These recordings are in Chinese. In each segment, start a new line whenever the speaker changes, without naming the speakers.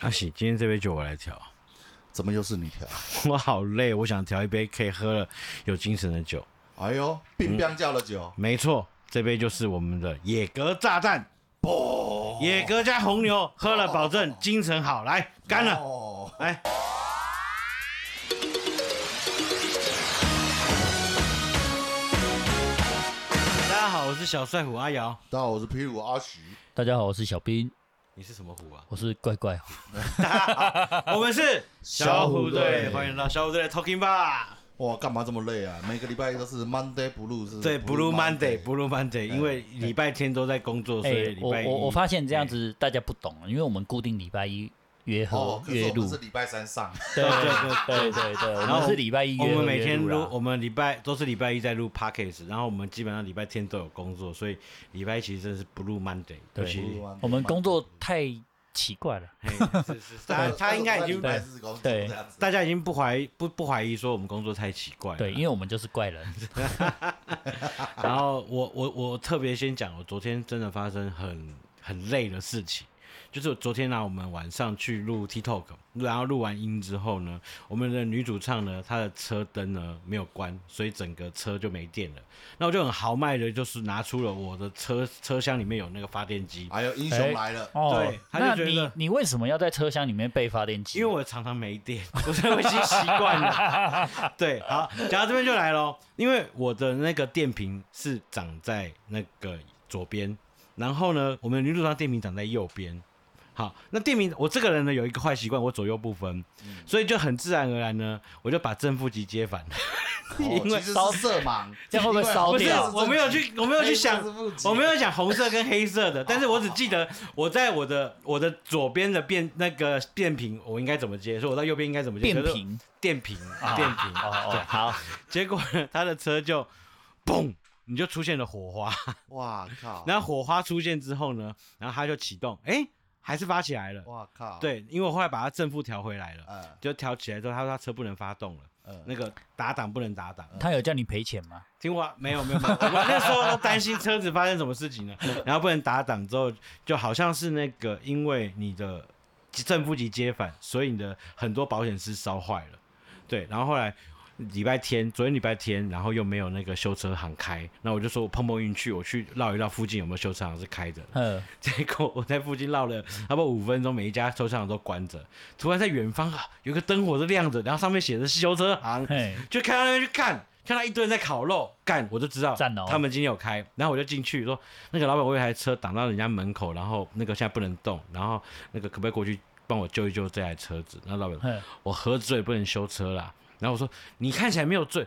阿喜，啊今天这杯酒我来调，
怎么又是你调？
我好累，我想调一杯可以喝了有精神的酒。
哎呦，冰冰叫了酒，
没错，这杯就是我们的野格炸弹，
哦，
野格加红牛，喝了保证精神好。来，干了！
哦，
来，大家好，我是小帅虎阿瑶。
大家好，我是 P 五阿徐，
大家好，我是小兵，
你是什么 虎啊？
我是怪怪。
我们是
小虎队
欢迎来到小虎队的 Talking Bar。
哇，干嘛这么累啊？每个礼拜一都是 Monday Blue 是？
对，Blue Monday，Blue Monday，因为礼拜天都在工作，所以礼
我
拜一
哎
哎
我我发现这样子大家不懂，因为我们固定礼拜一约
哦
合，
可是
约
我
录
们是，礼拜三上，
对对对对 对，我
后
们是礼拜一
我
约
们
合
每
约
天
录啊
录，
啦。
我们礼拜都是礼拜一在录 podcast，然后我们基本上礼拜天都有工作，所以礼拜一其实真的是 Blue Monday，
对
尤其
Blue Monday
我们工作太奇怪了，
嘿是是是 大家呃他应该已经
啊礼拜四工作
对
这样子，
大家已经不怀疑不不怀疑说我们工作太奇怪了，
对，因为我们就是怪人。
然后我我我特别先讲，我昨天真的发生很很累的事情，就是昨天啊呢、我们晚上去录 TikTok，然后录完音之后呢，我们的女主唱呢，她的车灯呢没有关，所以整个车就没电了。那我就很豪迈的，就是拿出了我的车车厢里面有那个发电机，
还有哎英雄来了，
哦
对，他就
那
觉得
你你为什么要在车厢里面备发电机？
因为我常常没电，我所以我已经习惯了。对，好，讲到这边就来咯，因为我的那个电瓶是长在那个左边，然后呢，我们女主上电瓶长在右边。好，那电瓶我这个人呢有一个坏习惯，我左右不分，所以就很自然而然呢，我就把正负极接反。
哦
哎因为
其实是色盲，
这样会不会
哦
烧
不是
啊
掉，
我没有去，我没有去想
黑色是哎负，极
我没有想红色跟黑色的，但是我只记得我在我的我的左边的变那个变频，我应该怎么接，所以我到右边应该怎么接？
变
可是
频
电瓶，电瓶。
哦哦，好，
结果呢，他的车就嘣，你就出现了火花。
哇靠，
然后火花出现之后呢，然后他就启动，哎，还是发起来了。
哇靠，，
对，因为我后来把它正负调回来了，
呃
就调起来之后，他说他车不能发动了，
呃，
那个打档不能打档。
他有叫你赔钱 吗？
听我没有没有没有，我那时候都担心车子发生什么事情呢，然后不能打档之后，就好像是那个因为你的正负极接反，所以你的很多保险丝烧坏了，对，然后后来。礼拜天，昨天礼拜天，然后又没有那个修车行开，那我就说我碰碰运气，我去绕一绕附近有没有修车行是开的。
嗯，
结果我在附近绕了差不多五分钟，每一家修车行都关着。突然在远方啊，有个灯火是亮着，然后上面写的是修车
啊
行，
嘿，
就看到那边去看，看到一堆人在烤肉，干我就知道
赞哦
他们今天有开，然后我就进去说，那个老板我有一台车挡到人家门口，然后那个现在不能动，然后那个可不可以过去帮我救一救这台车子？那老板
嘿，
我喝醉不能修车啦。然后我说你看起来没有醉，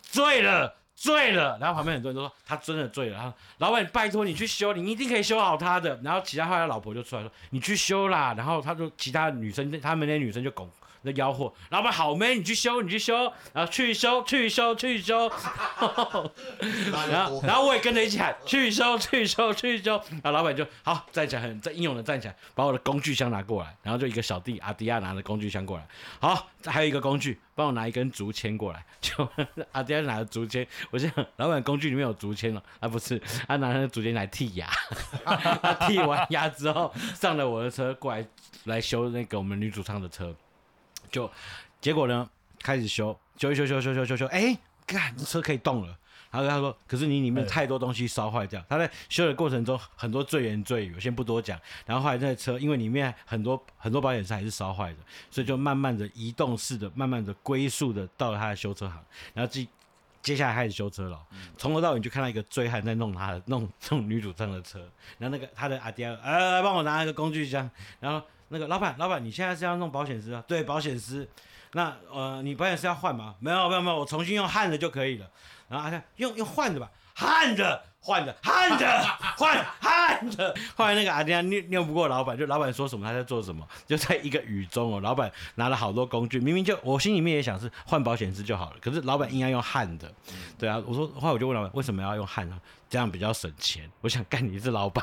醉了。醉了，然后旁边很多人都说他真的醉了。然后老板，拜托你去修，你一定可以修好他的。然后其他后来老婆就出来说你去修啦。然后他就其他女生，他们那些女生就拱那吆喝，老板好 man，你去修，你去修，然后去修，去修，去修。然
然
后，然后我也跟着一起喊去修，去修，去修。然后老板就好站起来，很在英勇的站起来，把我的工具箱拿过来，然后就一个小弟阿迪亚拿着工具箱过来，好，还有一个工具，帮我拿一根竹签过来。就阿迪亚拿着竹签，我想老板工具里面有竹签了，啊不是，他拿那个竹签来剔牙，他剔完牙之后上了我的车过来来修那个我们女主唱的车，就结果呢开始修，修一修修修修修修，哎，干这车可以动了。然后他说：“可是你里面
哎
太多东西烧坏掉。”他在修的过程中很多赘言赘语，我先不多讲。然后后来那车因为里面很多很多保险丝还是烧坏的，所以就慢慢的移动式的、慢慢的龟速的到了他的修车行，然后接接下来开始修车了哦。从头到尾你就看到一个醉汉在弄他的弄弄女主上的车，然后那个他的阿爹呃来帮我拿那个工具箱，然后那个老板老板你现在是要弄保险丝啊？对，保险丝。那呃你保险丝要换吗？没有没有没有，我重新用焊的就可以了。然后阿爹用用换的吧，焊的。换的，焊的，换焊的。后来那个阿爹拗拗不过老板，就老板说什么他在做什么，就在一个雨中哦，老板拿了好多工具，明明就我心里面也想是换保险丝就好了，可是老板硬要用焊的，对啊，我说后来我就问老板为什么要用焊呢？这样比较省钱。我想干你是老板，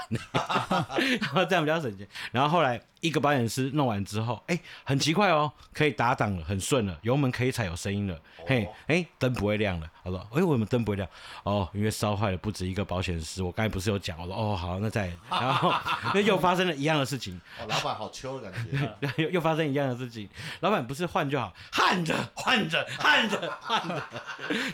然后这样比较省钱。然后后来一个保险丝弄完之后，哎，很奇怪哦，可以打档了，很顺了，油门可以踩有声音了，嘿，哎，灯不会亮了。他说，哎，为什么灯不会亮？哦，因为烧坏了不止一个保险丝，我刚才不是有讲，我说哦好，那再，然后那又发生了一样的事情，
哦，老板好秋的感觉。啊
又又发生一样的事情，老板不是换就好，焊着焊着焊着 焊着，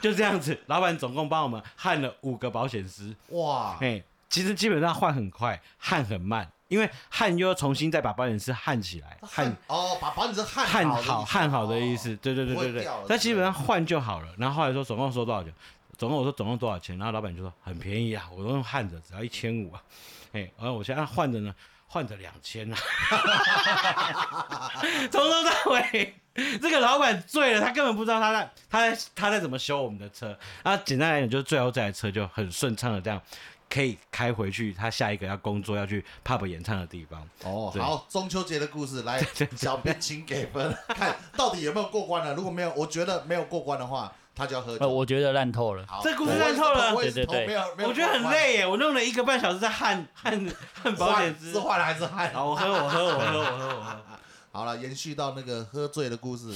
就这样子，老板总共帮我们焊了五个保险丝，
哇，
哎，其实基本上换很快，焊很慢，因为焊又要重新再把保险丝焊起来，焊
哦，把把你这焊
焊
好的意思
好焊好的意。
哦
思，对对对
不会
对对
掉了。
但基本上换就好了。然后后来说总共收多少钱？总共我说总共多少钱？然后老板就说很便宜啊，我都用焊着，只要一千五啊。哎，然后我现在换着呢，换着两千啊， 从头到尾。这个老板醉了，他根本不知道他在他在他在怎么修我们的车。那简单来讲，就是最后这台车就很顺畅的这样，可以开回去他下一个要工作要去 pub 演唱的地方。
哦，
对
好，中秋节的故事来，小编请给分，看到底有没有过关了。如果没有，我觉得没有过关的话，他就要喝
呃，
酒。
我觉得烂透了。
好，
哦这故事
我也是
烂透了
我也是
对对对
投没有没有，
我觉得很，累耶，我弄了一个半小时在焊 焊焊保险
换
丝
是。换还是汗？
好，我喝，我喝，我喝，我喝，我喝。
好了，延续到那个喝醉的故事，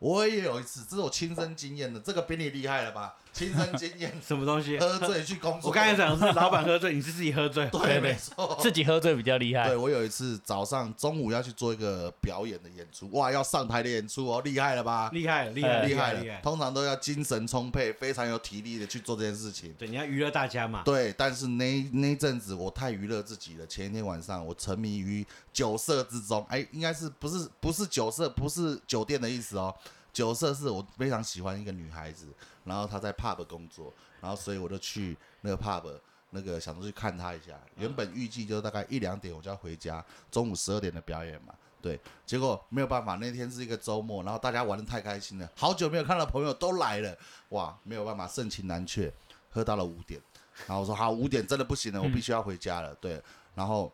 我也有一次，这是我亲身经验的，这个比你厉害了吧？亲身经
，
验
什么东西？
喝醉去工作。
我刚才讲的是老板喝醉，你是自己喝醉。
对，没错。
自己喝醉比较厉害
哎
对，我有一次早上、中午要去做一个表演的演出，哇，要上台的演出哦，厉害了吧？
厉害，厉害，
厉害
厉
了，
害。
通常都要精神充沛，非常有体力的去做这件事情。
对，你要娱乐大家嘛。
对，但是那那一阵子我太娱乐自己了。前一天晚上我沉迷于酒色之中，哎，应该是不是不是酒色，不是酒店的意思哦。酒色是我非常喜欢一个女孩子，然后她在 pub 工作，然后所以我就去那个 pub 那个想着去看她一下。原本预计就大概一两点我就要回家，中午十二点的表演嘛。对，结果没有办法，那天是一个周末，然后大家玩的太开心了，好久没有看到朋友都来了，哇，没有办法，盛情难却，喝到了五点。然后我说好，五
嗯
点真的不行了，我必须要回家了。对，然后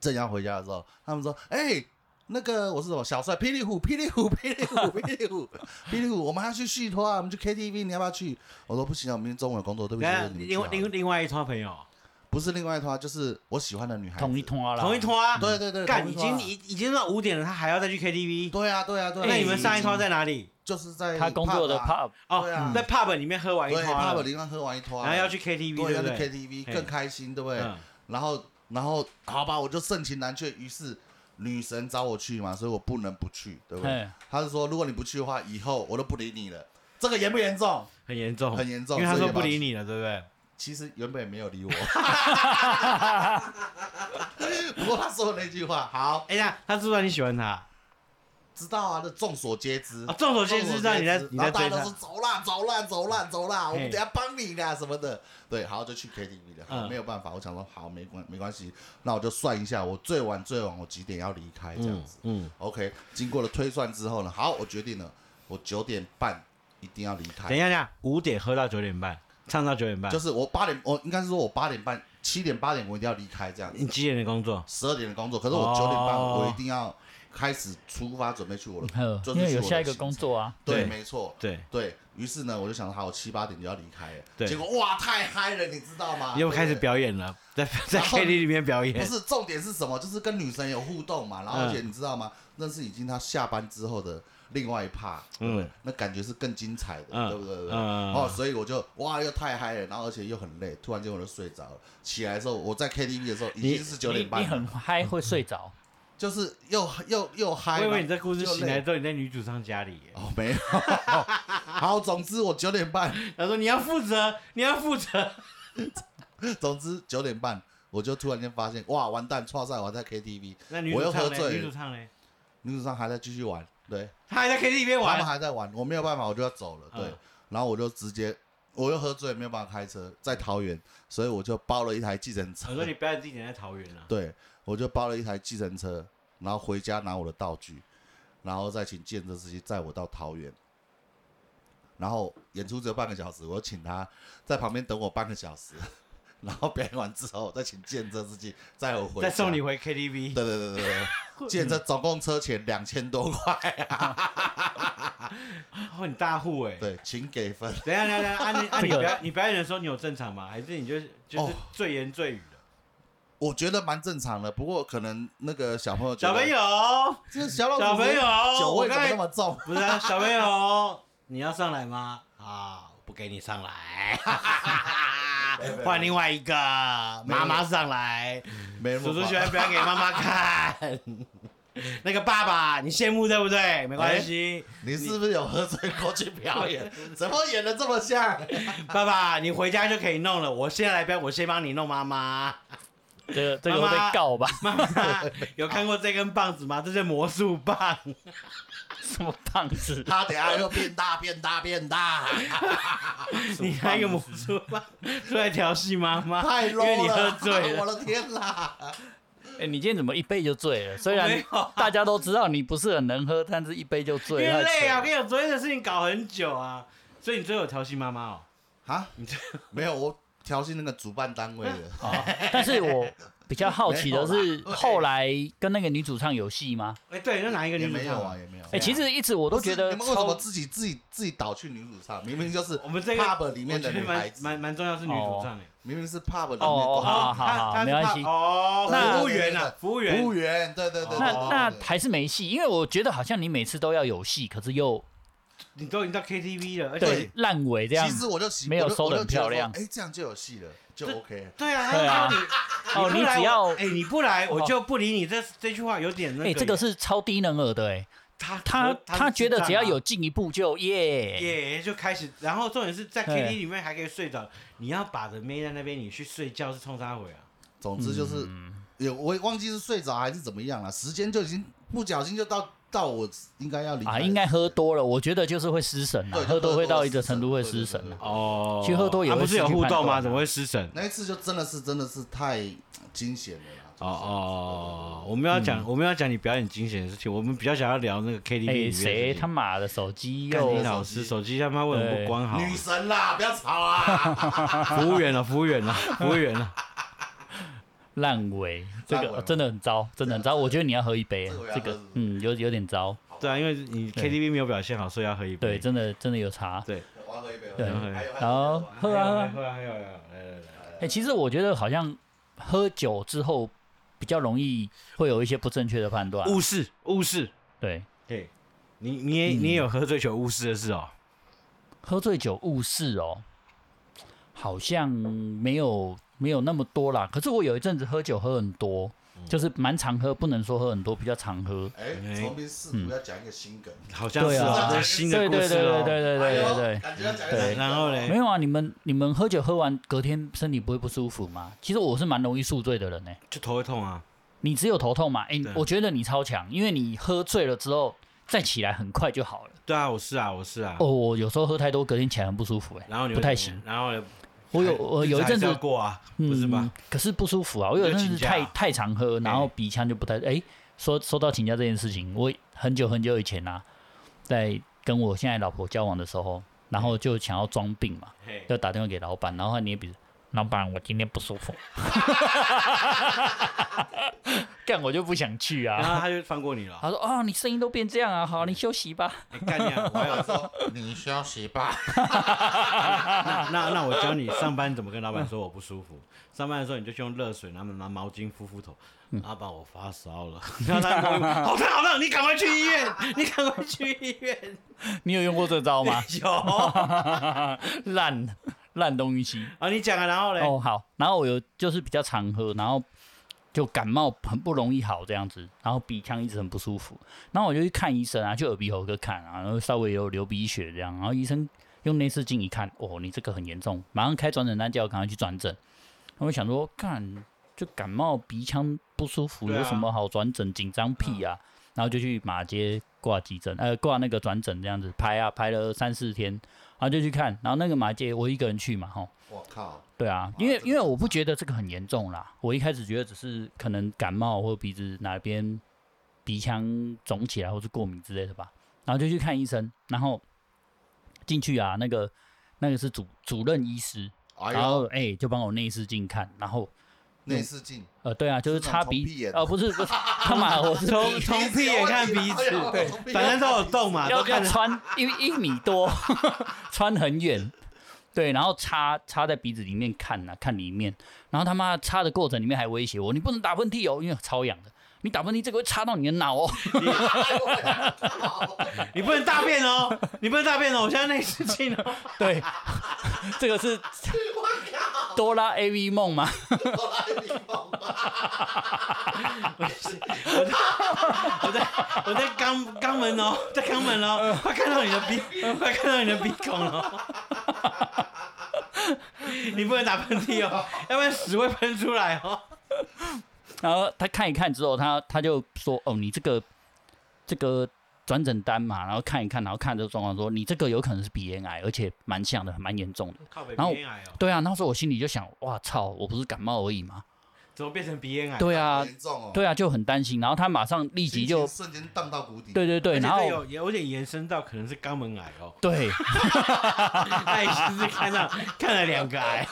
正要回家的时候，他们说：“哎、那个我是什么小帅，霹雳虎，霹雳虎，霹雳虎，霹雳虎，霹雳虎，我们要去续托啊，我们去 KTV，你要不要去？”我说：“不行啊，我明天中午有工作，对不起。
那”
你
另外
们去好了
另另外一桌朋友，
不是另外一团，就是我喜欢的女孩子。
同一拖啦，
同一桌啊。
对对对，
干，
同
已
一团
经已已经到五点了，他还要再去 KTV。
对啊对啊对啊。
那你们上一桌在哪里？
就是在
他工作
pub
的
啊
pub
哦
对啊，
在 pub 里面喝完一
对
桌
pub
了，
里面喝完一啊团，
然后要去 KTV，
对
对
要
不
去
对？
KTV
嘿
更开心，对不对？
嗯
然后然后好吧，我就盛情难却，于是女神找我去嘛，所以我不能不去，对不对
嗯？
她是说，如果你不去的话，以后我都不理你了。这个严不严重？
很严重，
很严重
因为他
所以
说
也
不
把
理你了，对不对？
其实原本也没 有理我， 不过她说的那句话，好，
哎呀，他知不知道你喜欢他？
知道啊，这众所皆知
啊，。众所皆知，道你在你在
然后大
追
家
他
都说。走啦走啦走啦走啦，我们
嘿
等下帮你啦什么的。对，好就去 KTV 了，好
嗯
没有办法，我想说好没关没关系，那我就算一下，我最晚最晚我几点要离开这样子。
嗯，
OK，经过了推算之后呢，好，我决定了，我九点半一定要离
等一
开，
下，等一下，五点喝到九点半，唱到九点半
就。是我八点，我应该是说我八点半、七点、八点我一定要离开这样子
你，几点的工作？
十二点的工作，可是我九点半
嗯哦
我一定要开始出发准备去我的
嗯，，
就是
因为
去
有
我的
下一个
行
工作啊，
程，对，
对
没错，
对，
对于是呢，我就想好，我七八点就要离开了，
对
结果哇，太嗨了，你知道吗？
又开始
啊对
表演了，在在
然后
KTV 里面表
不对。
演
不。是重点是什么？就是跟女神有互动嘛，然
嗯
后而且你知道吗？那是已经她下班之后的另外一趴，对不对
嗯
那感觉是更精彩的，
嗯
对不对？对不对
嗯
哦，所以我就哇，又太嗨了，然后而且又很累，突然间我就睡着了。起来的时候，我在 KTV 的时候已经是九
你
点半啊
你
了，
很嗨会睡着，
就是又又又嗨
我
嘛。
以为你这故事
又
醒来
累
之后，你在女主唱家里耶，
哦，没有。 好，总之我九点半
他说你要负责，你要负 责。
总之九点半，我就突然间发现，哇，完蛋，错赛，我还在 KTV，
那女
我
主
又喝
唱嘞，
醉
女主
了，
唱嘞，
女主上还在继续玩，对，
她还在 KTV 里面
他们
玩。
还在玩，我没有办法，我就要走了，对，
嗯
然后我就直接，我又喝醉，没有办法开车，在桃园，所以我就包了一台计程车
我，说你表演地点在桃园啊。
对，我就包了一台计程车，然后回家拿我的道具，然后再请建设司机载我到桃园。然后演出只有半个小时，我请他在旁边等我半个小时， 然后表演完之后再请建设司机载我回家，
再送你回 KTV，
对对对对 对，建设总共车钱两千多块，
哦，你大户哎。
对，请给分。
等一下，等一下，啊 你啊你
这个
表演你表演的时候你有正常吗？还是你就是就是
哦
醉言醉语的？
我觉得蛮正常的，不过可能那个小朋友觉
小
得
朋友，
这个小老鼠
小朋友，
酒
我
味怎
刚
么那
才
么重？
不是、啊、小朋 友，你要上来吗？啊，我不给你上来，换另外一个妈妈上来，
没人
叔叔
吧
喜欢表演给妈妈看。那个爸爸，你羡慕对不对？没关系，
你是不是有喝醉过去表演？怎么演的这么像？
爸爸，你回家就可以弄了。我现在来表演，我先帮你弄妈妈。
嗯
这个这个会
妈妈
被告吧？
妈妈，有看过这根棒子吗？这是魔术棒。
什么棒子？
他等下又变大变大变大，
你还有魔术棒出来调戏妈妈，
太
因为
low
你喝
了！
醉
我
了。
的天哪！
哎、你今天怎么一杯就醉了？虽
我没
然
有啊
大家都知道你不是很能喝，但是一杯就
因
醉，
为
太扯
累啊！我
了
跟你讲，昨天的事情搞很久啊，所以你最后有调戏妈妈哦。
啊
你这，
没有，我调戏那个主办单位的，
哦但是我比较好奇的
没
是，
有啦啊
后来跟那个女主唱有戏吗？
哎，对，那哪一个
也
女主
没有
唱
啊，？也没有。
哎、其实一直我
我
都觉得
你们为什
超
么自己自己自己倒去女主唱？明明就是
哦我们这个
pub 里面的
我觉
女
得
孩
蛮
子，
蛮蛮重要是女主唱哎。
明明是 pub 里面的
哦
公
好好
她
好
她是
没关
怕
系
哦，
那
服务员啊，服务员，
服务员，对对对对。
那
对
那
对对
还是没戏，因为我觉得好像你每次都要有戏，可是又
你都已经到 KTV 了，而且
对烂尾这样
其。实我就喜
没有
我就
收得
我就觉
很漂亮
说哎，这样就有戏了，就 OK 了。
对啊，
对啊
他说你你
哦
不来
你只要哦
我哎你不来我就不理你，这这句话有点那
哎、
个耶。
这个是超低能儿的哎、
他
他他
是
觉得
智障
只要
啊
有进一步就耶
耶、就开始，然后重点是在
对
KTV 里面还可以睡着，你要把着妹在那边，你去睡觉是冲啥回啊？
总之就是，
嗯
也我也忘记是睡着还是怎么样了，时间就已经不小心就到到我应该要离开
啊，
的
应该喝多了，我觉得就是会失神啊
对，就
喝多会到一个
失神
程度会
对对
失
对
神
对
啊
对
哦
去喝多也
啊、
会
不
失
是
去
有互
判
动吗？
断
怎么会失神？
那一次就真的是真的是太惊险了啦。
哦哦，我们要讲、我们要讲你表演惊险的事情，我们比较想要聊那个 KTV 里面
哎，
的事情
谁他妈的手机
干你
又
老师手机他妈为什么不
对
关好？
女神啦，不要吵 啊！
服务员了，服务员了，服务员了。
烂尾？这
烂尾
个真的很糟，真的很糟。我觉得你要喝一杯
这个我，要喝
这个
是不是
嗯，有有点糟。
对啊，因为你 KTV 没有表现好，所以要喝一杯。
对，真的真的有差。
对，
我要喝一杯，
对
还有还有
然后喝啊喝
啊
啊。
喝啊喝啊喝啊！来来来，
哎，其实我觉得好像喝酒之后比较容易会有一些不正确的判断。
误事误事，
对，
对，你你也你也有喝醉酒误事的事哦。
喝醉酒误事哦，好像没有没有那么多啦。可是我有一阵子喝酒喝很多，
嗯
就是蛮常喝，不能说喝很多，比较常喝。
哎，重斌试
嗯
图要讲一个新梗，
好像是
对
哦
啊，
这是新的
对
故
对对
事
对
哦。哎
对对
哎
对
呦
对
感觉要讲一个
对
新梗
然后
对，
嘞
没有啊，你们你们喝酒喝完隔天身体不会不舒服吗？其实我是蛮容易宿醉的人呢、欸
就头会痛啊。
你只有头痛嘛？哎、
对
我觉得你超强，因为你喝醉了之后再起来很快就好了。
对啊，我是啊，我是啊
哦，。我有时候喝太多，隔天起来很不舒服哎、
然后你
不太行。，
然后呢
我有我有一阵
日子还是要
子
过啊，不是吧？
嗯可是不舒服啊，我有一
就
阵子
请假
太太常喝，然后
哎
鼻腔就不太哎、说说到请假这件事情，我很久很久以前啊，在跟我现在老婆交往的时候，然后就想要装病嘛，
嘿
要打电话给老板，然后他捏鼻子，老板，我今天不舒 服，干我就不想去
然
啊。
后他就放过你了。
他说：“哦，你声音都变这样啊，好，你休息吧。
哎干你啊！我 还有
说你休息吧。
那那那我教你上班怎么跟老板说我不舒服。上班的时候你就去用热水，然后拿毛巾敷敷头。
嗯
老板，我发烧了。 然后他摸一摸好烫好烫，你赶快去医 院，你赶快去医院。”？
你有用过这招吗
有。
烂烂东西。
啊，你讲啊，然后嘞，
哦，好，然后我有就是比较常喝，然后就感冒很不容易好这样子，然后鼻腔一直很不舒服，然后我就去看医生啊，去耳鼻喉科看啊，然后稍微有流鼻血这样，然后医生用内视镜一看，哦，你这个很严重，马上开转诊单，叫我赶快去转诊。然后我想说，干就感冒鼻腔不舒服，
对啊嗯
有什么好转诊？紧张屁啊！然后就去马街挂急诊，呃，挂那个转诊这样子排啊，排了三四天，然后就去看，然后那个马街我一个人去嘛，吼，
我靠，
对啊，因为因为我不觉得这个很严重啦，我一开始觉得只是可能感冒或鼻子哪边鼻腔肿起来或是过敏之类的吧，然后就去看医生，然后进去啊，那个那个是主主任医师，
哎
然
呦，
后哎、就帮我内视镜看，然后
内视 镜，
呃对啊，就是
是那
擦
种
鼻
从屁眼
哦不是 不是，他妈我是
从从屁眼看鼻子，
对
反正都有动嘛，
要
都看
要
得
穿一一米多， 穿很远，对，然后插插在鼻子里面看呐、看里面，然后他妈插的过程里面还威胁我，你不能打喷嚏哦，因为超痒的，你打喷嚏这个会插到你的脑哦，
你不能大便哦， 你不能大便哦，我现在内视镜哦。
对，这个是，哆啦 A V 梦吗？
哆啦 A 梦
我在我在肛肛门哦，在肛门哦，快看到你的鼻，快看到你的鼻孔 了。你不能打喷嚏哦，要不然屎会喷出来哦。
然后他看一看之后，他他就说：“哦，你这个这个转诊单嘛，然后看一看，然后看这个状况，说你这个有可能是鼻咽癌，而且蛮像的，蛮严重的。
靠北
然后
鼻咽癌哦，
对啊，那时候我心里就想：哇操，我不是感冒而已嘛。
怎么变成鼻咽癌？
对啊，
严重哦，
对啊，就很担心。然后他马上立
心情
即就，
瞬间荡到谷底。
对对对，
而且
然
这有
后
有点延伸到可能是肛门癌哦。
对，
他也是看到看了两个癌，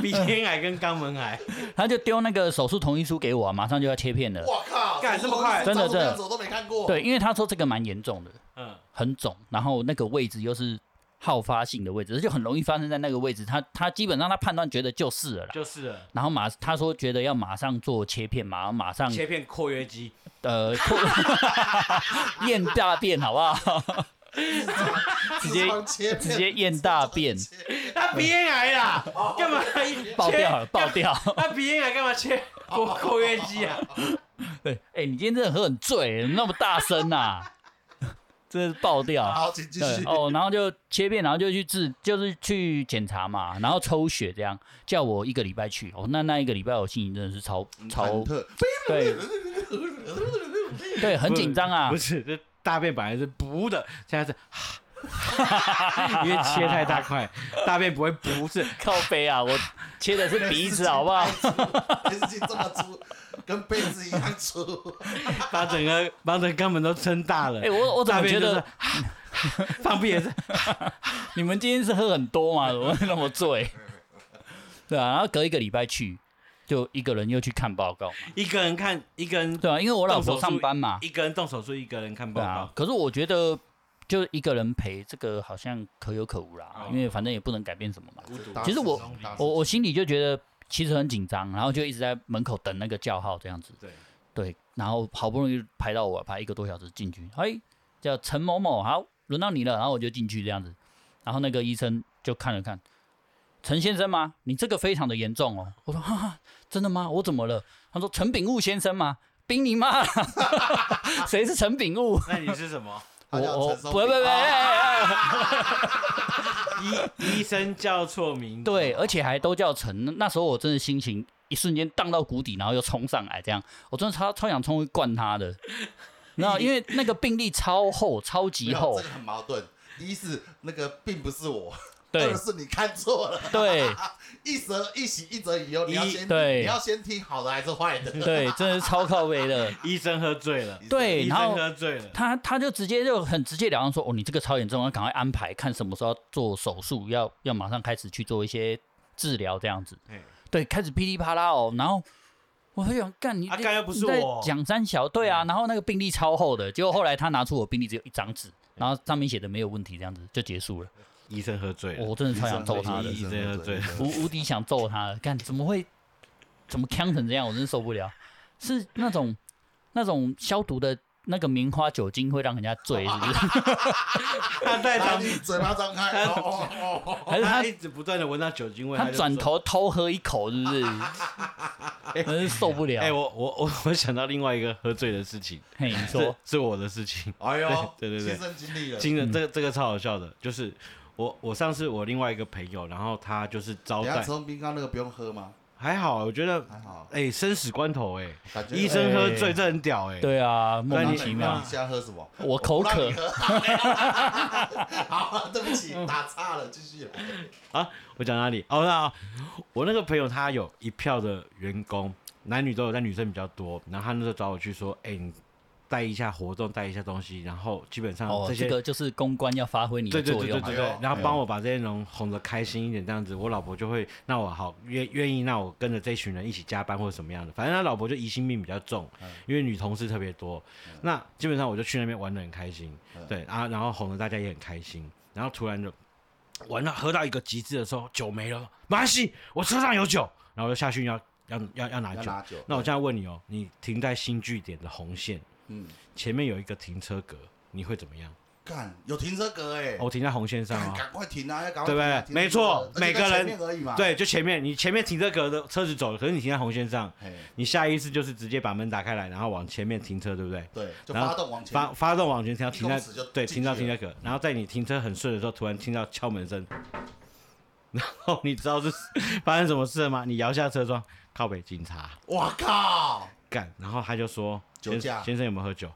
鼻咽癌跟肛门癌。
他就丢那个手术同意书给我啊、马上就要切片了。
我靠，
干这么快
真的
照这样
真的
子我都没看过。
对，，因为他说这个蛮严重的，
嗯，
很肿，然后那个位置又是好发性的位置，就很容易发生在那个位置。他他基本上他判断觉得就是了啦。
就是了
然后马他说觉得要马上做切片嘛，马上
切片括约肌。
呃 验大便好不好？直接
接
直接验大便，
他鼻咽癌啦，干嘛切
爆掉了，爆掉！
他鼻咽癌干嘛切括括约肌啊？
对，哎、你今天真的喝很醉，怎么那么大声 呐、啊？真的是爆掉！
好，请继
对
续。
哦，然后就切片，然后就去治，就是去检查嘛，然后抽血这样，叫我一个礼拜去。哦，那那一个礼拜我心情真的是超
嗯
超
忐忑，
对对，很紧张啊
不。是，这大便本来是补的，现在是。因为切太大块，大便不会不是
靠背啊，我切的是鼻子，好 不好？
电视机这么粗，跟杯子一样粗。
把整个把整个肛门都撑大了。
哎、我我怎
大
么觉
便就是
得
放屁也是
你们今天是喝很多嘛？怎么会那么 醉？对啊，然后隔一个礼拜去，就一个人又去看报告嘛。
一个人看，一个人
对啊，因为我老
动
婆
手术
上班嘛。
一个人动手术，一个人看报
对
告。
啊，可是我觉得就一个人陪这个好像可有可无啦，因为反正也不能改变什么嘛。
孤独
大
其实我
师兄大师
我
兄
我心里就觉得其实很紧张，然后就一直在门口等那个叫号这样子。
对
对，然后好不容易排到我，排一个多小时进去，哎，叫陈某某，好，轮到你了，然后我就进去这样子，然后那个医生就看了看，陈先生吗？你这个非常的严重哦。我说哈哈，真的吗？我怎么了？他说陈炳悟先生吗？ 冰你妈！谁是陈炳悟？
那你是什么？
我
他叫
我
陈松
不不不，
炳
哎哎哎
医医生叫错名字。
对，而且还都叫陈。那时候我真的心情一瞬间荡到谷底，然后又冲上来，这样我真的超超想冲去灌他的。然后因为那个病历超厚，超级
没有
厚
这个，很矛盾。一是那个并不是我，
对
二是你看错了。
对
一则一喜，一则一忧。你要
一
先
对
你要先听好的还是坏的？
对，真的是超靠背的。
医生喝醉了，
对
医
然
生
后
喝醉了，
他他就直接就很直截了当说，哦，你这个超严重，要赶快安排，看什么时候要做手术，要要马上开始去做一些治疗，这样子。
嘿
对，开始噼里啪啦哦，然后我很想干你，
啊干又不是
你在
我嗯
讲三小对啊，然后那个病历超厚的，结果后来他拿出我病历只有一张
嗯
纸，然后上面写的没有问题，这样子就结束了。哦
医生喝醉了，
我真的超想揍他的
医，生喝醉了
无无敌想揍他的，干怎么会怎么呛成这样，我真受不了。是那种那种消毒的那个棉花酒精会让人家醉，是不是？
他在
然
旁
后你嘴巴张开，哦哦哦哦
还是他
他一 直不断的闻到酒精味，
他
就
转
说。
头偷喝一口，是不 是？真是受不了。
哎、我我我我想到另外一个喝醉的事情，
嘿，你
是
说
是我的事情，
哎呦，
对对对对
亲身经历了。
惊人，这个这个超好笑的，就是我我上次我另外一个朋友，然后他就是招
等一下
待
陈，松冰刚那个不用喝吗？
还好，我觉得
还好，
哎、生死关头哎、
感觉
医生喝
哎
醉这很屌哎、
对啊，莫
那
名
你
其
那
妙
你。现在喝什么？
我口
不让
渴
你，喝。好，对不起，打岔了，继续来。
啊，我讲哪里？哦，那我那个朋友他有一票的员工，男女都有，但女生比较多。然后他那时候找我去说，哎、你带一下活动，带一下东西，然后基本上
哦，
这些、
这个就是公关要发挥你
对
的
对
作
对
用啊
对
嘛嗯
对
哎
对
呦，
然后帮我把这些人哄得开心一点，这样子，我老婆就会，那我好愿愿意，那我跟着这群人一起加班或者什么样的，反正他老婆就疑心病比较重，
嗯
因为女同事特别多，那基本上我就去那边玩的很开心，
嗯
对啊，然后哄得大家也很开心，然后突然就玩到喝到一个极致的时候，酒没了，马来西，我车上有酒，然后我就下去要要要要拿
要
酒，
拿酒，
那我现在问你哦，你停在新据点的红线
嗯，
前面有一个停车格，你会怎么样？
干有停车格哎、
我停在红线上
赶
啊。
赶快停啊！要赶
对
快
不
停啊
对没错每个人
停车格而且在前面而已嘛。
对，就前面你前面停车格的车子走了，可是你停在红线上，
嘿，
你下意识就是直接把门打开来，然后往前面停车，对不对？
对，就
然后
发动往前。
发发动往前停，
一
停
公
在
尺就
对
进
停到
去
停
了
车格，然后在你停车很顺的时候，突然听到敲门声，然后你知道是发生什么事了吗？你摇下车窗，靠北警察
我靠！
干，然后他就说
酒
先
驾
先生有没有喝酒？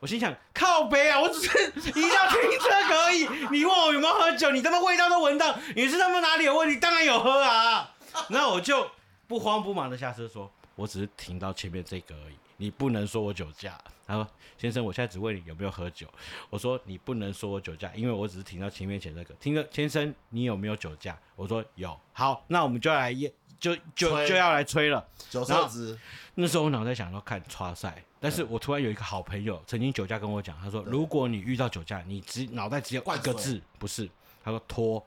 我心想靠北啊，我 只是一到停车格而已，你问我有没有喝酒，你他妈味道都闻到，你是他妈哪里有问题？当然有喝啊，然后我就不慌不忙的下车说，我只是停到前面这个而已，你不能说我酒驾。他说：“先生，我现在只问你有没有喝酒。”我说：“你不能说我酒驾，因为我只是停到前面前那个。”听着，先生，你有没有酒驾？我说有。好，那我们就要来验，就就
吹
就要来吹了。
九色子，
那时候我脑袋想要看叉赛，但是我突然有一个好朋友曾经酒驾跟我讲，他说
对
如果你遇到酒驾，你只脑袋只有一
灌
个
水
字，不是，他说拖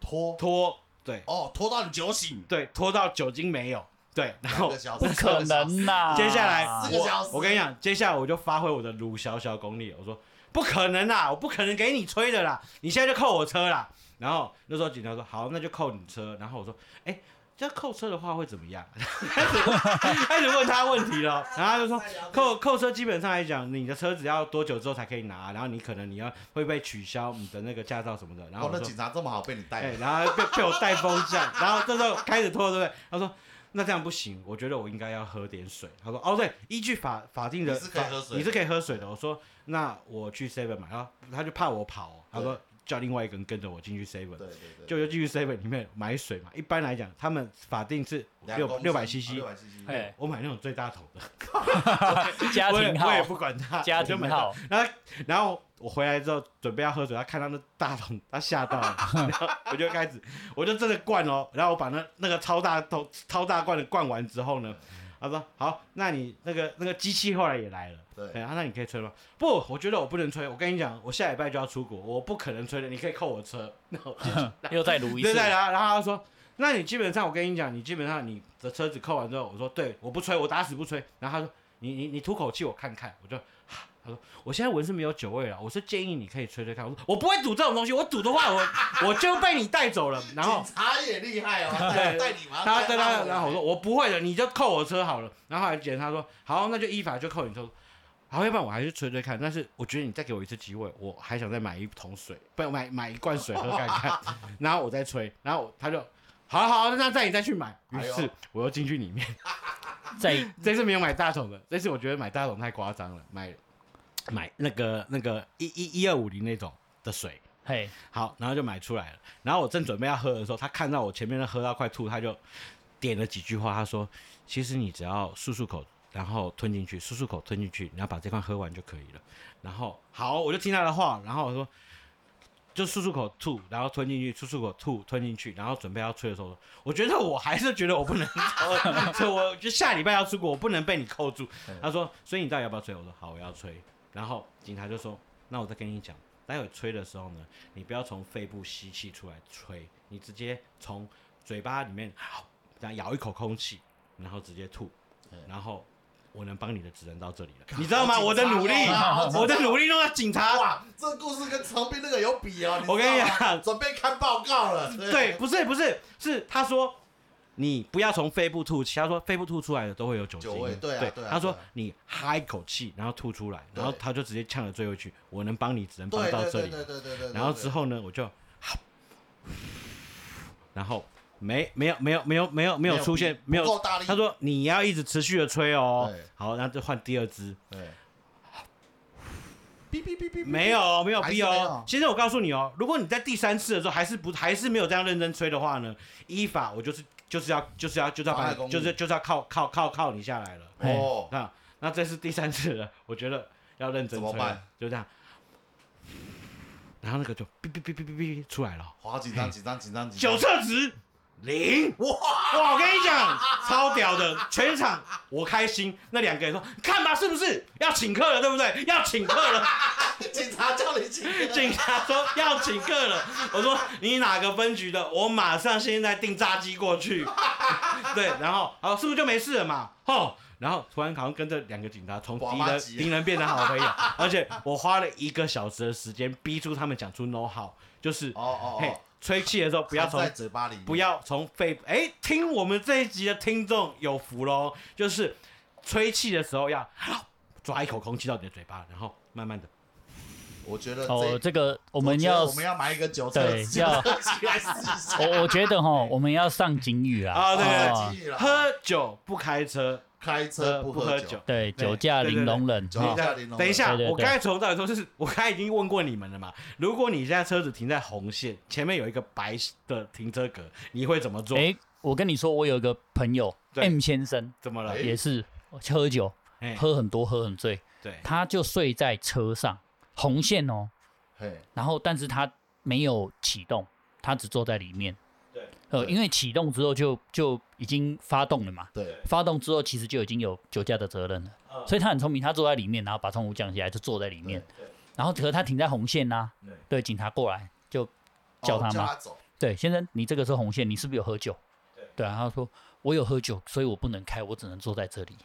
拖
拖，对
哦，拖到你酒醒，
对，拖到酒精没有，对，然
两
后
个小时，
不可能呐、
接下来
啊四个小
我
时
我跟你讲，接下来我就发挥我的鲁小小功力，我说不可能啦，我不可能给你吹的啦，你现在就扣我车啦。然后那时候警察说好，那就扣你车。然后我说哎。这扣车的话会怎么样？开始开始问他问题了，然后他就说扣扣车基本上来讲，你的车子要多久之后才可以拿？然后你可能你要会被取消你的那个驾照什么的。然后
哦，
我
那
说
警察这么好被你
哎、
带，
然后被被我带风向， 然后这时候开始拖，对不对？他说那这样不行，我觉得我应该要喝点水。他说哦，对，依据法法定的，
你是可以
法
喝水
你是可以喝水的。我说那我去 seven 买，然后他就怕我跑哦、他说叫另外一个人跟着我进去 seven，
对对对，
就就进去 seven 里面买水嘛。一般来讲，他们法定是六六百 cc
啊六。百 cc，
哎
我买那种最大桶的，
家
我也
庭号
我也不管他，
家
我就
庭
买
号，
然后然后我回来之后准备要喝水，他看到那大桶，他吓到 了，然后我就开始，我就真的灌哦，然后我把那那个超大桶超大罐的灌完之后呢，他说好，那你那个那个机器后来也来了。
对，
对啊，那你可以吹吗？不，我觉得我不能吹。我跟你讲，我下礼拜就要出国，我不可能吹的。你可以扣我车。 然后
又再撸一
对
次
对，，然后然后他说，那你基本上我跟你讲，你基本上你的车子扣完之后，我说对，我不吹，我打死不吹。然后他说，你你你吐口气，我看看。我就， 他说我现在闻是没有酒味了，我是建议你可以吹吹看。我说我不会赌这种东西，我 赌的话我我就被你带走了。然后
警察也厉害 哦，
对
带带你嘛，
他
带
对
他
他，
回来
然后我说我不会的，你就扣我车好了。然后后来检察说好，那就依法就扣你车。好，要不然我还是吹吹看。但是我觉得你再给我一次机会，我还想再买一桶水，不买买一罐水喝看看，然后我再吹。然后他就好好，那再你再去买。于
哎呦
是我又进去里面，
再
这次没有买大桶的，这次我觉得买大桶太夸张了，买买那个那个一一一二五零那种的水。
嘿，
好，然后就买出来了。然后我正准备要喝的时候，他看到我前面的喝到快吐，他就点了几句话，他说：“其实你只要漱漱口，然后吞进去，漱漱口吞进去，然后把这罐喝完就可以了。”然后好，我就听他的话，然后我说。就漱漱口吐，然后吞进去，漱漱口吐，吞进去，然后准备要吹的时候，我觉得我还是觉得我不能抽，所以我就下礼拜要出国，我不能被你扣住。
嗯
他说，所以你到底要不要吹？我说好，我要吹。然后警察就说，那我再跟你讲，待会吹的时候呢，你不要从肺部吸气出来吹，你直接从嘴巴里面这样咬一口空气，
嗯
然后直接吐，然后我能帮你的只能到这里了，你知道吗？
好紧
我的努力
张哦好紧，张
我的努力弄到警察。
哇，这故事跟长滨那个有比哦，
我跟你
知道吗
讲
准备看报告了，
对，，不是不是，是他说你不要从肺部吐气，他说肺部吐出来的都会有酒精
酒味对啊对啊
他说
对啊
你哈一口气，然后吐出来，然后
对
他就直接呛了最后一句，我能帮你，只能帮
对
到
对
这
对
里。
对对对对，
然后之后呢，我就，然后没没有没有没有没有没有出现没
没有不
有
够大力，
他说你要一直持续的吹哦
对，
好，那就换第二支，
对，哔哔哔哔，哔
没，有没有
还是
逼
没
哦
有，
先生，我告诉你哦，如果你在第三次的时候还是不还是没有这样认真吹的话呢，依法我就是就是要就是要就是要
妨
把
碍
你
公务
就是就是要靠靠靠靠你下来了，
哦，
那那这是第三次了，我觉得要认真
怎
吹
么
了
办，
就这样，然后那个就哔哔哔哔哔哔出来了。
好紧张紧张紧张紧张
九，测值零，哇哇！我跟你讲，超屌的，全场我开心。那两个人说，看吧，是不是要请客了，对不对？要请客了。
警察叫你进 去，
警察说要请客了，我说你哪个分局的？我 马上现在订炸鸡过去。对，然后好，是不是就没事了嘛？吼，哦然后突然好像跟这两个警察从
哇
敌
妈
人
急
敌人变成好朋友， 而且我花了一个小时的时间逼出他们讲出 no how，就是
哦哦
嘿
哦，
吹气的时候不要
含
从
在嘴巴里面，
不要从肺哎，听我们这一集的听众有福喽，就是吹气的时候要抓一口空气到你的嘴巴，然后慢慢的
我觉得
哦，
这
这个我
我
们
觉得
要
我们要买一个酒测
对
机
要，
起来试一下。
我我觉得哈，我们要上警语啦。
啊对对
哦
记忆啦
喝酒不开车，
开车
呃不
不
喝
喝
酒
酒，
对
对
酒驾
对对啊
零容忍。
酒驾
哈
玲珑
等一下，
对对对
我刚才从头到尾说，就是我刚才已经问过你们了嘛。如果你现在车子停在红线前面有一个白的停车格，你会怎么做？
哎，我跟你说，我有一个朋友
对
M 先生
怎么了
哎？
也是喝酒，
哎，
喝很多，喝很醉，
对，
他就睡在车上，红线哦，
嘿，
然后但是他没有启动，他只坐在里面。
对，
呃，
对
因为启动之后就就已经发动了嘛，
对，
发动之后其实就已经有酒驾的责任了，
嗯
所以他很聪明，他坐在里面，然后把窗户降下来，就坐在里面，然后可是他停在红线呐、
对
对，警察过来就叫
哦
他
叫
嘛，
他走，
对，先生，你这个是红线，你是不是有喝酒？
对
对啊，他说我有喝酒，所以我不能开，我只能坐在这里。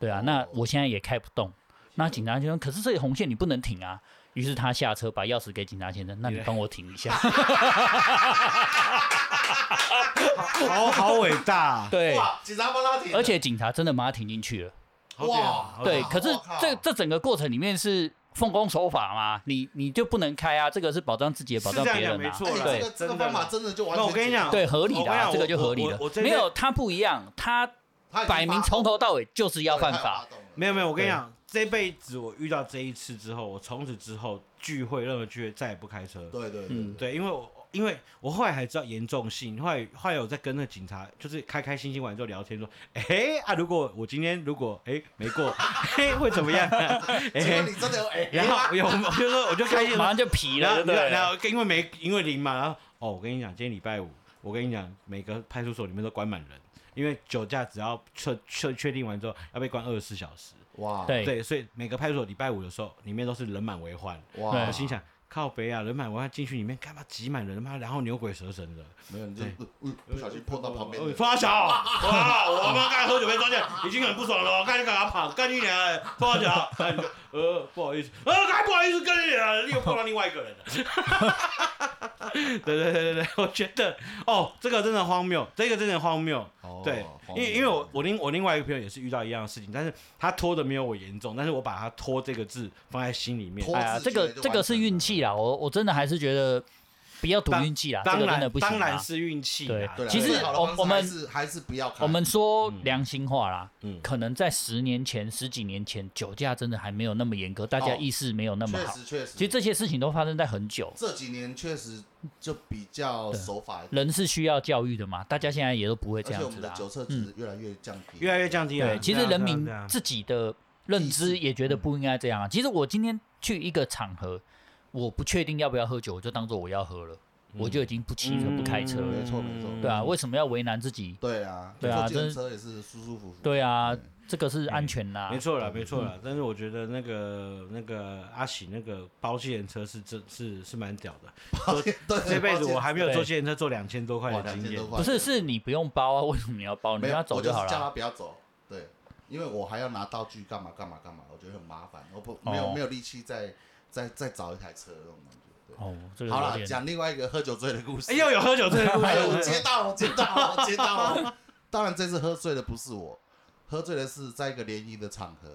对
啊，
哦嗯
那我现在也开不动。那警察先生，可是这里红线你不能停啊。于是他下车把钥匙给警察先生，那你帮我停一下。
好好伟 大，
对，
哇，警察帮他停了，
而且警察真的把他停进去了。
好屌
哇
好屌
对，
哇
可是
我靠
这这整个过程里面是奉公守法嘛，你你就不能开啊，这个是保障自己也保
是
障
这样
别
讲
人啊。
没错
哎
啦，
这
对
个这个
真的
方
啦
法真的就
那
完全
我跟你
解决
讲
了
对，合理
我
的、
跟你
啊，
讲
这个就
我
合理
我
的
我这。
没
边
有，他不一样，他
他已经
摆明
发
从头到尾就是要
对他有
犯法
发。动了
没有没有，我跟你
对
讲，这辈子我遇到这一次之后，我从此之后聚会任何聚会再也不开车。
对对
嗯
对
对，因为我因为我后来还知道严重性，后来后来我在跟那警察就是开开心心完之后聊天说，哎、啊，如果我今天如果哎、没过， 嘿、会怎么样、啊？哎、
对，结果你真的有 哎，
然后有我就说我就开心
马
了，
上就皮
然后
了，对不对
然后因为没因为零嘛，然后哦，我跟你讲，今天礼拜五，我跟你讲，每个派出所里面都关满人，因为酒驾只要确确确定完之后要被关二十四小时，
哇
对
对，所以每个派出所礼拜五的时候里面都是人满为患。
哇，
我心想，靠北啊，人满为患进去里面干嘛挤满人，他妈然后牛鬼蛇神的，
没有你就不不不小心碰到旁边
呃
的人，
抓小，哇，我他妈刚才喝酒被抓进来，已经很不爽了，我看你干嘛跑，干你娘，抓小，那你就呃不好意思，呃还不好意思跟你啊，又碰到另外一个人了，对对对对对，我觉得哦，这个真的荒谬，这个真的荒谬。
哦
对，因为因为我我另我另外一个朋友也是遇到一样的事情，但是他拖的没有我严重，但是我把他拖这个字放在心里面，
拖
哎呀，
自
这
觉
个
就
这
完
个是
成
运
了
气啦，我我真的还是觉得不要赌
当
运气啦，啊这
当
个真
然
的不
当
行
然
啦。
是运气啊
对
啦，
对啦
其实
最好的
我
方式
我们
还是还是不要看，
我们说
嗯
良心话啦，
嗯
可能在十年前、十几年前，酒驾真的还没有那么严格，大家
哦
意识没有那么
确
好。
实确实，
其实这些事情都发生在很久，
这几年确实就比较守法一点，
人是需要教育的嘛，大家现在也都不会
而
这
且
样
我
子
们的
啦。
酒测值越来越降低，
嗯越来越降低了。
对，其实
对啊
人
对啊
民
对啊
自己的认知也
嗯
觉得不应该这样啊。其实我今天去一个场合，我不确定要不要喝酒，我就当做我要喝了，我就已经不骑车、不开车了
嗯嗯。没错没错
对啊，为什么要为难自己？
对啊，
对啊
坐计程
真
车也是舒舒服服，
对啊
对，
这个是安全啦
没。
嗯
错了，没错了。但是我觉得那个那个阿喜那个包计程车是真是是蛮屌的，说
对，
这辈子我还没有
对
坐计程车坐两千多块
哇
的经
2000
验
多。块
不是，是你不用包啊，为 什么你要包？你
没
让
有，
他
我
走
就是
好
叫他
了。
不要走，对，因为我还要拿道具干嘛干嘛干嘛，我觉得很麻烦，我不没有、
哦
没有力气再再再找一台车那种感觉。
哦，这
对，
个
好
有
了，
点。
讲另外一个喝酒醉的故事。
哎，又有喝酒醉的故
哎呦， 我
事
接，到了，我接到了，我接到了。当然这次喝醉的不是我，喝醉的是在一个联谊的场合，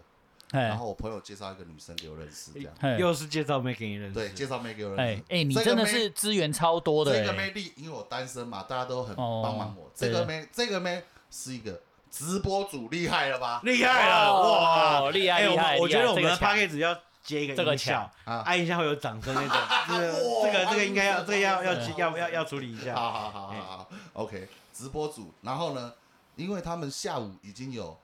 然
哎
后我朋友介绍一个女生给我认识，这样。
哎
又是介绍妹给你认识。
对，介绍妹给我认
哎
识。
哎，你
这个
真的
妹
是资源超多的
这个
哎。
妹力，因为我单身嘛，大家都很
哦
帮忙我。
对
这个妹，这个妹是一个直播主，厉害了吧？
厉害
啊
了，
哦
哇，
厉害
哎
厉
我
害
们我
厉
觉
害
得我们
这
的
个
p
强
a c k a g e 要接一
这
个
个
音效，
啊
按一下会有掌声那种。这个 这
哇
个这
按
个应该要
一下
这个要要
掌声
要要要处理一下。
好好好好好，OK，直播组。然后呢，因为他们下午已经有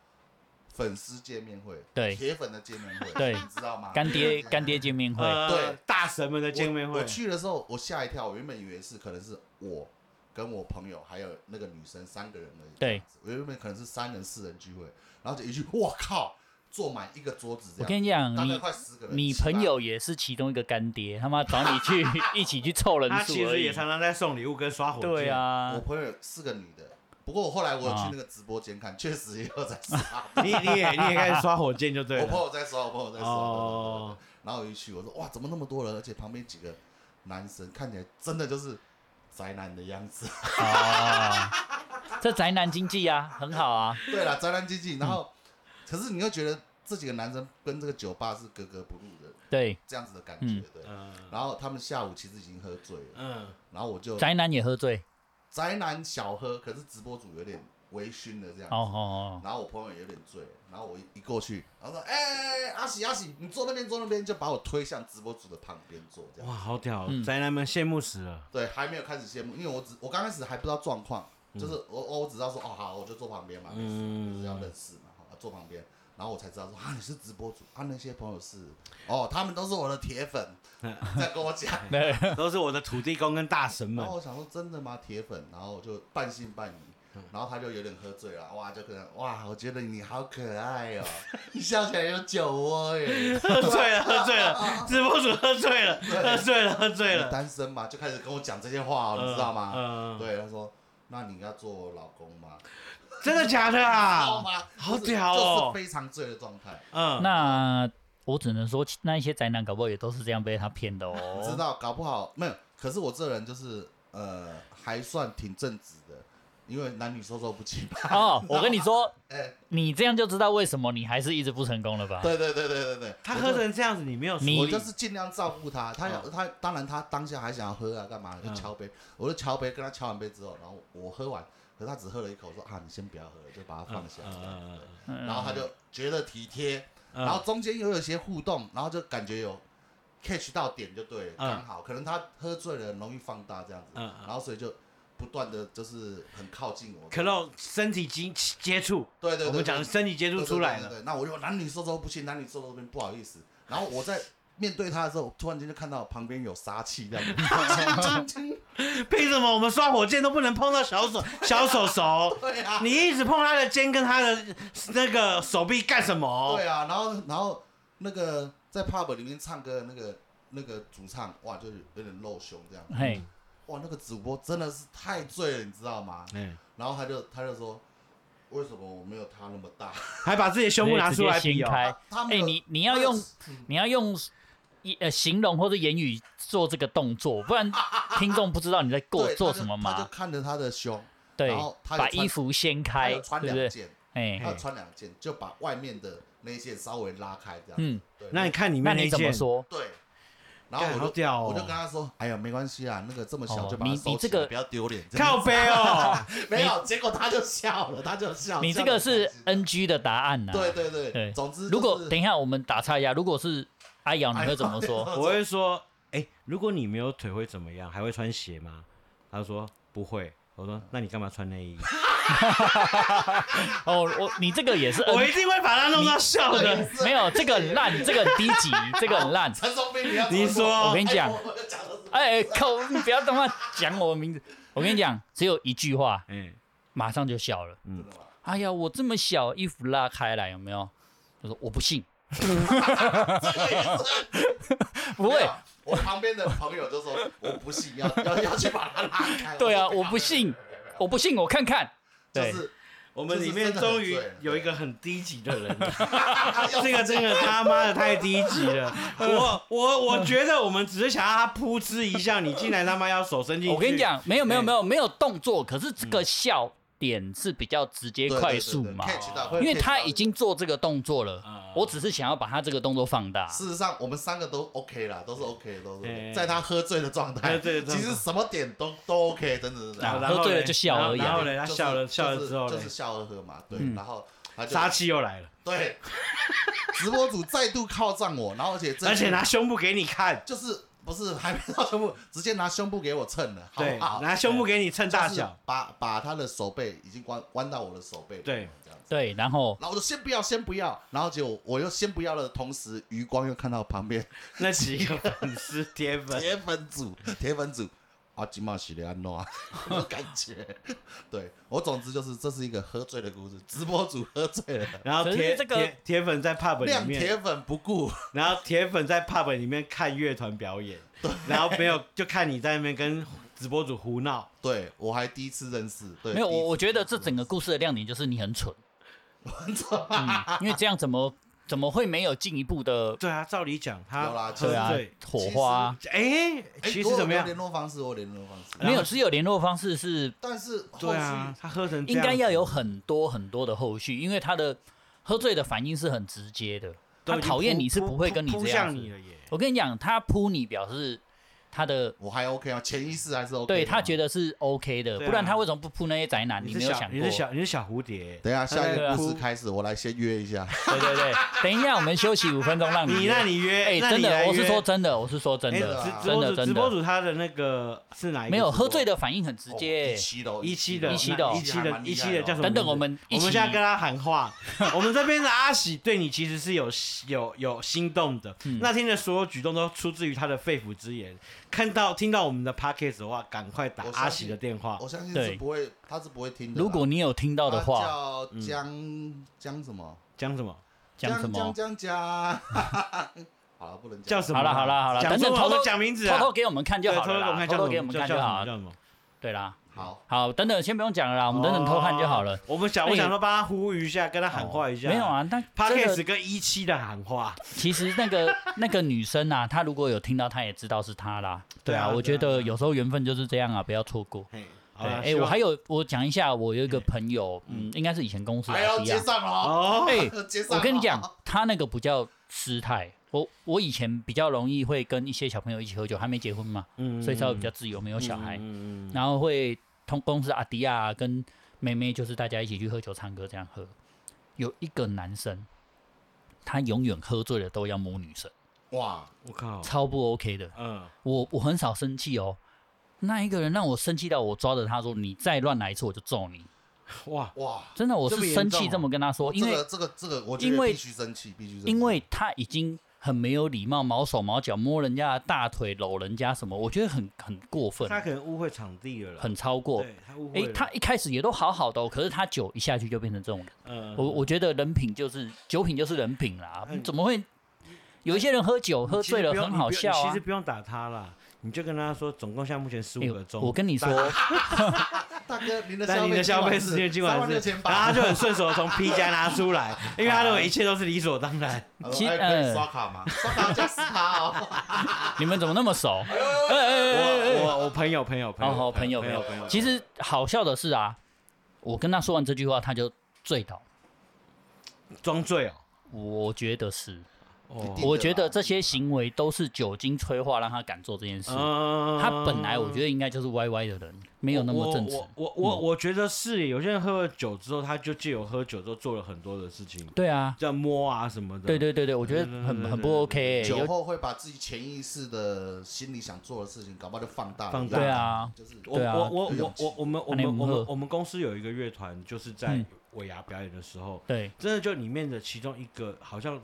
粉丝见面会，
对
铁粉的见面会，
对
你知道吗？
干爹干爹见面会，
呃，
对，
大神们的见面
我。
会
我，去的时候，我吓一跳，我原本以为是可能是我跟我朋友还有那个女生三个人而已。
对，
我原本可能是三人四人聚会，然后就一句，我靠，坐满一个桌子
我
这
跟
样，
你
大
讲，
概
你
快十个人。
你
七八
朋友也是其中一个 干爹，他妈找你去 一起去凑人
他
数
其
而
实
已
也。常常在送礼物跟刷火箭。
对
我
啊，
朋友四个女的，不过我后来我有去
啊
那个直播间看，确实也有在刷，
你你也你也开始刷火箭就对
我朋
了。
友在刷，我朋友在刷。对对对
哦，
然后我一去，我说哇，怎么那么多人？而且旁边几个男生看起来真的就是宅男的样子。
啊，这宅男经济啊，很好啊，
对了，宅男经济。然后，可是你又觉得这几个男生跟这个酒吧是格格不入的
对，
这样子的感觉，
嗯
对。
嗯
然后他们下午其实已经喝醉了，
嗯，
然后我就
宅男也喝醉，
宅男小喝，可是直播组有点微醺的这样子
哦哦
然后我朋友也有点醉，然后我一一过去，然后说：“哎、阿喜阿喜，你坐那边坐那边，就把我推向直播组的旁边坐。”这样
哇，好屌
嗯，
宅男们羡慕死了。
对，还没有开始羡慕，因为我只我刚开始还不知道状况，
嗯
就是我我我只知道说哦好，我就坐旁边嘛，没事，就是要认识嘛，好坐旁边。然后我才知道说啊，你是直播主啊，那些朋友是哦，他们都是我的铁粉，
嗯
在跟我讲。
都是我的土地公跟大神们
然后。我想说真的吗？铁粉，然后我就半信半疑。
嗯
然后他就有点喝醉了，哇，就可能哇，我觉得你好可爱哦，你笑起来有酒 窝耶。
喝 醉
哦
了，喝醉了，直播主喝醉了，喝醉了，喝醉
你
了，
单身嘛，就开始跟我讲这些话、哦，你知道吗？
嗯嗯
对，他说，那你要做我老公吗？
真的假的
好
啊？
吗？
好
就是
屌哦
就是非常醉的状态。
哦，
嗯，
那我只能说，那一些宅男搞不好也都是这样被他骗的
你 知
哦。
道，搞不好没有。可是我这人就是呃，还算挺正直的，因为男女授受不亲嘛。
哦，我跟你说，
哎，
你这样就知道为什么你还是一直不成功了吧？
对对对对对对，
啊他
我
喝
就。
成这样子，你没有
你
我
说
就是尽量照顾他，他想
嗯
他当然他当下还想要喝啊，干嘛就
嗯
敲杯，我就敲杯，跟他敲完杯之后，然后我喝完，可是他只喝了一口，说啊你先不要喝了，就把它放下，这样
嗯嗯
对
嗯
然后他就觉得体贴，
嗯
然后中间又有一些互动，然后就感觉有 catch 到点就对了，
嗯
刚、好可能他喝醉了，容易放大这样子，
嗯嗯
然后所以就不断的就是很靠近我。
可露身体接接触，
对对对，
我们讲的身体接
对
触出来
对对
了，
对对那我就男女授受不亲，男女授受不亲，不好意思。然后我在面对他的时候，突然间就看到旁边有杀气 这样子，
凭什么我们刷火箭都不能碰到小手 小手手？
对啊，
你一直碰他的肩跟他的那个手臂干什么？
对啊，然后然后那个在 pub 里面唱歌的那个那个主唱，哇，就是有点露胸这样，
嘿，
哇，那个主播真的是太醉了，你知道吗？
嗯，
然后他就他就说，为什么我没有他那么大？
还把自己的胸部拿出来
直接
比
掀
哦，
开。
他没
哎，
有
你你要用你要用一呃形容或者言语做这个动作，不然听众不知道你在 过
对
做
他就
什么
他
嘛
就。看着他的胸，
对
然后，他有
把
穿
衣服掀
他
开，
有穿
对不
两
对？
件，
哎，
他有穿两件，就把外面的那一件稍微拉开这样。
嗯，
对，
那你看里
那
面那
你
一
怎么
件，
说？
对，
干
然后
好
我就、
屌
我就跟
哦，
他说，哎呀，没关系啊，那个这么小
哦
就把它
你
收
你
起
这
来，
个
不要丢脸。这样
靠背 哦，
没有，结果他就笑了，他就笑。
你
笑得
这个
很
是
开心
NG 的答案呐。
对对对，
对
总之、就是、哎
如果等一下我们打岔一下，如果是阿瑶，你会怎么说？
我会说，哎、如果你没有腿会怎么样？还会穿鞋吗？他说不会。我说那你干嘛穿内衣？
哦，我你这个也是
我
N，
一定会把他弄到笑的。
没有这个很烂，这个很低 级，这个很烂。
陈松斌，你要
你说
我跟你讲
我们讲的是
哎，靠！你不要他妈讲我的名字。我跟你讲，只有一句话，
哎、
马上就笑了。
真的吗？
哎呀，我这么小，衣服拉开来有没有？他说我不信，
这个也是
不
没
会
有，啊我旁边的朋友就说我不信，要要要去把它拉开。
对啊，
说
我不信，我不信，我看看。
就
对，
是
我们里面终于有一个很低级的人了， 这个真的他妈的太低级 了。我我我觉得我们只是想让他扑哧一下，你竟然他妈要手伸进去。
我跟你，讲，没有没有
哎
没有没有动作，可是这个笑点是比较直
对
接
对对
快速
对
嘛，
catch 到
因
会
为
catch
他
到
已经做这个动作了
嗯，
我只是想要把他这个动作放大。
事实上，我们三个都 OK 啦，都是 OK，都是 OK
哎
在他喝醉的状态
喝醉的，状
其
态
实什么点都都 OK，真的真的
然
然
后
后然后
真的。
喝醉了
嘞
就笑而已啊
然后嘞，他
就是
笑了笑
就
了
是
之后嘞
就，是笑而喝嘛，对，
嗯
然后他就
杀气又来了，
对， 直播组再度靠上我，然后而且这
而且拿胸部给你看，
就是不是还没到胸部，直接拿胸部给我称了，好
对
不，好？
拿胸部给你称大小，，
把把他的手背已经弯弯到我的手背，
对，
这样子。
对，然后
然后我就先不要，先不要，然后结果我又先不要的同时，余光又看到 旁边
那几个粉丝铁粉，
铁粉组，铁粉组，啊，金茂喜的安诺啊，那种感 觉。对我，总之就是这是一个喝醉的故事，直播组喝醉 了，
然后
可是
铁
这个
铁铁粉在 pub 里
亮铁
面，
粉不顾，
然后铁粉在 pub 里面看乐团表演，然后没有就看你在那边跟直播主胡闹，
对我还第一次认识，对，
没有，
第一
我
次
我觉得
认识
这整个故事的亮点就是你很蠢，
哎
嗯，因为这样怎么怎么会没有进一步的
对啊，照理讲他
有啦
喝
对啊
醉，
火花啊？
哎、
哎
其
我
实
有
怎么样？
联络方式，我有联络方式，
然后
没有，只有联络方式是
但是后
对
续
啊，他喝成这
应
样
该要
子
有很多很多的后续，因为他的喝醉的反应是很直接的，
都
他
已经
讨厌
扑
你是
扑
不会
扑
跟你
扑
这样
向
子
你了耶。
我跟你讲，他扑你表示他的
我还 OK 啊，潜意识还是 OK，
对他觉
得。
得是 OK 的，
对啊
不然他为什么不扑那些宅男？
你
啊你
是
没有
小
想
你
过？
是小你是小蝴蝶，
等一下，下一
对
个
啊
故事开始，我来先约一下。
对对对，等一下我们休息五分钟，让
你
约
那你约，
哎，
那
真
你
的，
来
我是
约
说真的，我是说真
哎
的，
直
真
啊
播
的
主
真
直播
的，
主他的那个是哪一个？
没有喝醉。的反应很直
哦
接
一。期的哦，
一期的
一期的哦
一期的一期的叫什么？
等等，我们一
我
起
们现在跟他喊 话，我们这边的阿喜对你其实是有有有心动的，
嗯
那天的所有举动都出自于他的肺腑之言。看到听到我们的 podcast 的话，赶快打
我相
阿喜
信
的电话
我。相信
对
是不会，他是不会听的啦。
如果你有听到
他
的
啊
话，
叫江江什么？
讲什么？
讲什
江江
么？
江江。 好了，不能
叫
讲。
什么？
好了好了好了，
讲
等
什
等
么
偷
我
偷
都讲名字啊，
偷偷给我们看就
对
好
偷偷
了
给我们
啦，
看叫什
偷偷
么？
给我们看
叫
就
叫什么。
好
叫什么？
对啦，
好，
好，等等，先不用讲了啦，我们等等偷看就好了
哦。。我们想，我想说帮他呼吁一下，跟他喊话一下。
没有啊，那真的
Podcast 跟一期的喊话，
其实那个 那个女生啊，她如果有听到，她也知道是她啦。
对
对
啊
啊，
对
我
啊
觉得有时候缘分就是这样啊，不要错过。
嘿，好
对，
了，
哎，我还
有
有我讲一下，我有一个朋友，嗯，应该是以前公司
还
的
要
R
接
D 啊。
上了哦，
哦，
哎，
接上了
我
哦
跟你讲，他那个不叫失态。我我以前比较容易会跟一些小朋友一起喝酒，还没结婚嘛，
嗯
所以稍微比较自由，没有小孩，
嗯嗯嗯
然后会通公司阿迪亚、啊、跟妹妹，就是大家一起去喝酒、唱歌这样喝。有一个男生，他永远喝醉了都要摸女生，
哇，
我靠，
超不 OK 的。
嗯，
我我很少生气哦，那一个人让我生气到我抓着他说：“你再乱来一次我就揍你。
哇”，
哇，
真的，我
这么
是
严
生
重
气
哦
这么跟他说，因
这
为
个这个这个，我觉得
因为
必须生气，必须生气。
因为他已经很没有礼貌，毛手毛脚摸人家的大腿、搂人家什么，我觉得很很过分，
他可能误会场地了啦，
很超过。
对他误
哎、
会了，
他一开始也都好好的、哦，可是他酒一下去就变成这种人。
嗯，
我我觉得人品就是酒品就是人品啦，怎么会有一些人喝酒喝
哎你其实
醉了
不用
很
你
好
不用
笑
你
啊
其实？不用打他啦，你就跟他说，总共现在目前十
哎
五个钟，
我跟你说，
大哥，您的
但你的消费时
是
间今
三
晚
万
是啊
六，千
然后
八，
他就很顺手地从 P 家拿出来，因为他认为一切都是理所当然。
他
其
说哎可以刷卡吗？刷卡加十卡哦。
你们怎么那么熟？
我我我朋友朋友朋
好
友
哦好朋友
朋
朋友
朋友，
其实好笑的是啊，我跟他说完这句话，他就醉倒。
装醉哦
我觉得是，
哦
一定的啦
我觉得这些行为都是酒精催化让他敢做这件事。
嗯
他本来我觉得应该就是歪歪的人，没有那么正直。
我我我我我觉得是耶，有些人喝了酒之后，他就借由喝酒之后做了很多的事情，
对啊，
叫摸啊什么的。
对对对对，我觉得很很不 OK、欸。
酒
有
后会把自己潜意识的心里想做的事情，搞不好就放大了。
放大
对啊，
就是
我
对啊
我我
有
我
勇气
我我们我
那你
们我
们喝
们我们公司有一个乐团，就是在
嗯
尾牙表演的时候，
对，
真的就里面的其中一个好像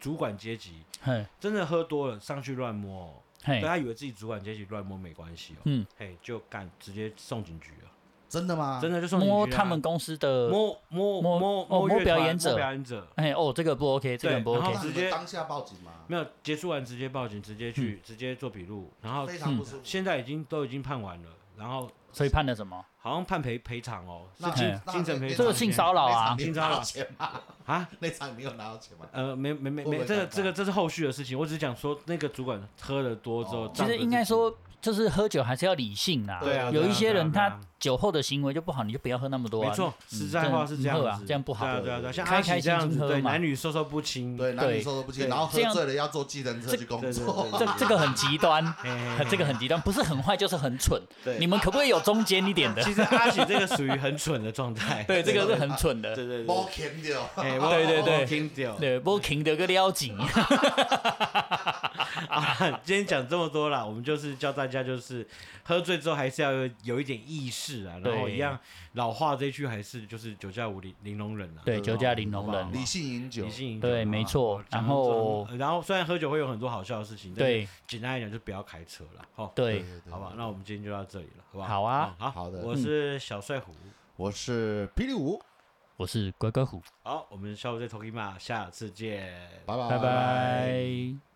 主管阶级，
嘿，
真的喝多了上去乱摸哦，
嘿
对，他以为自己主管阶级乱摸没关系哦，
嗯，
嘿就干直接送警局了，
真的吗？
真的就送警局
啊摸
啦
他们公司的，
啊摸摸
摸
摸
哦摸
乐
表
团
演者
摸表演者，
哎哦，这个不 OK，这个很不
对然后
OK
那。你
直接
们
嗯
当下报警吗？
没有结束完直接报警，直接去
嗯
直接做笔录，然后
非常不舒服。
现在已经都已经判完了，然后
所以判了什么？
好像判赔赔偿哦，是
那
精
那
精神
那
赔
那
偿
这个
先
性骚扰啊
那场你有拿到钱吗？
啊。
那场你有拿到钱吗？
呃，没没没
会不
没，
会
这个
尴尬
这个这是后续的事情，我只是讲说那个主管喝的多之后，
哦
仗
其
着
实应该
自己
说，就是喝酒还是要理性啦。
对啊，
有一些人
对啊
他酒后的行为就不好，你就不要喝那么多
对啊
啊。
没错，实在话是这样
嗯
子，
喝啊这样不好
对啊对啊对啊，像
开
阿喜
开
这样
心
子，
心喝
对
嘛
男女授受不亲，
对，男
对
女授受不
对
亲，然后喝
这样
醉了要坐计程车去工
对对对
作。
这这个很 极端，
嘿，嘿嘿
这个很极端，不是很坏就是很蠢。
对
你们可不可以有中间 一点的
其？实阿喜这个属于很蠢的状态，
对，这个是很蠢的。
对对对
包钱掉。
哎我
哦对对对
我听掉。
对，不过停得个撩紧。
啊， 今天讲这么多啦，我们就是教大家，就是喝醉之后还是要有有一点意识啊，然后
对
一样老话这一句还是就是酒驾无零零容忍啊，
对，
对
酒驾零容
好
忍
不。
理性饮酒
理，性饮酒
对，
好不好
没错。
讲
然
到这
后
种呃然后虽然喝酒会有很多好笑的事情，但是
对
简单来讲就不要开车了，好，
对，
好吧，那我们今天就到这里了，好不好？
好啊
好
好的
我是小帅虎，
我是霹雳舞，
我是乖乖虎，
好，我们下午再 talking 嘛，下次见，
拜拜
拜拜。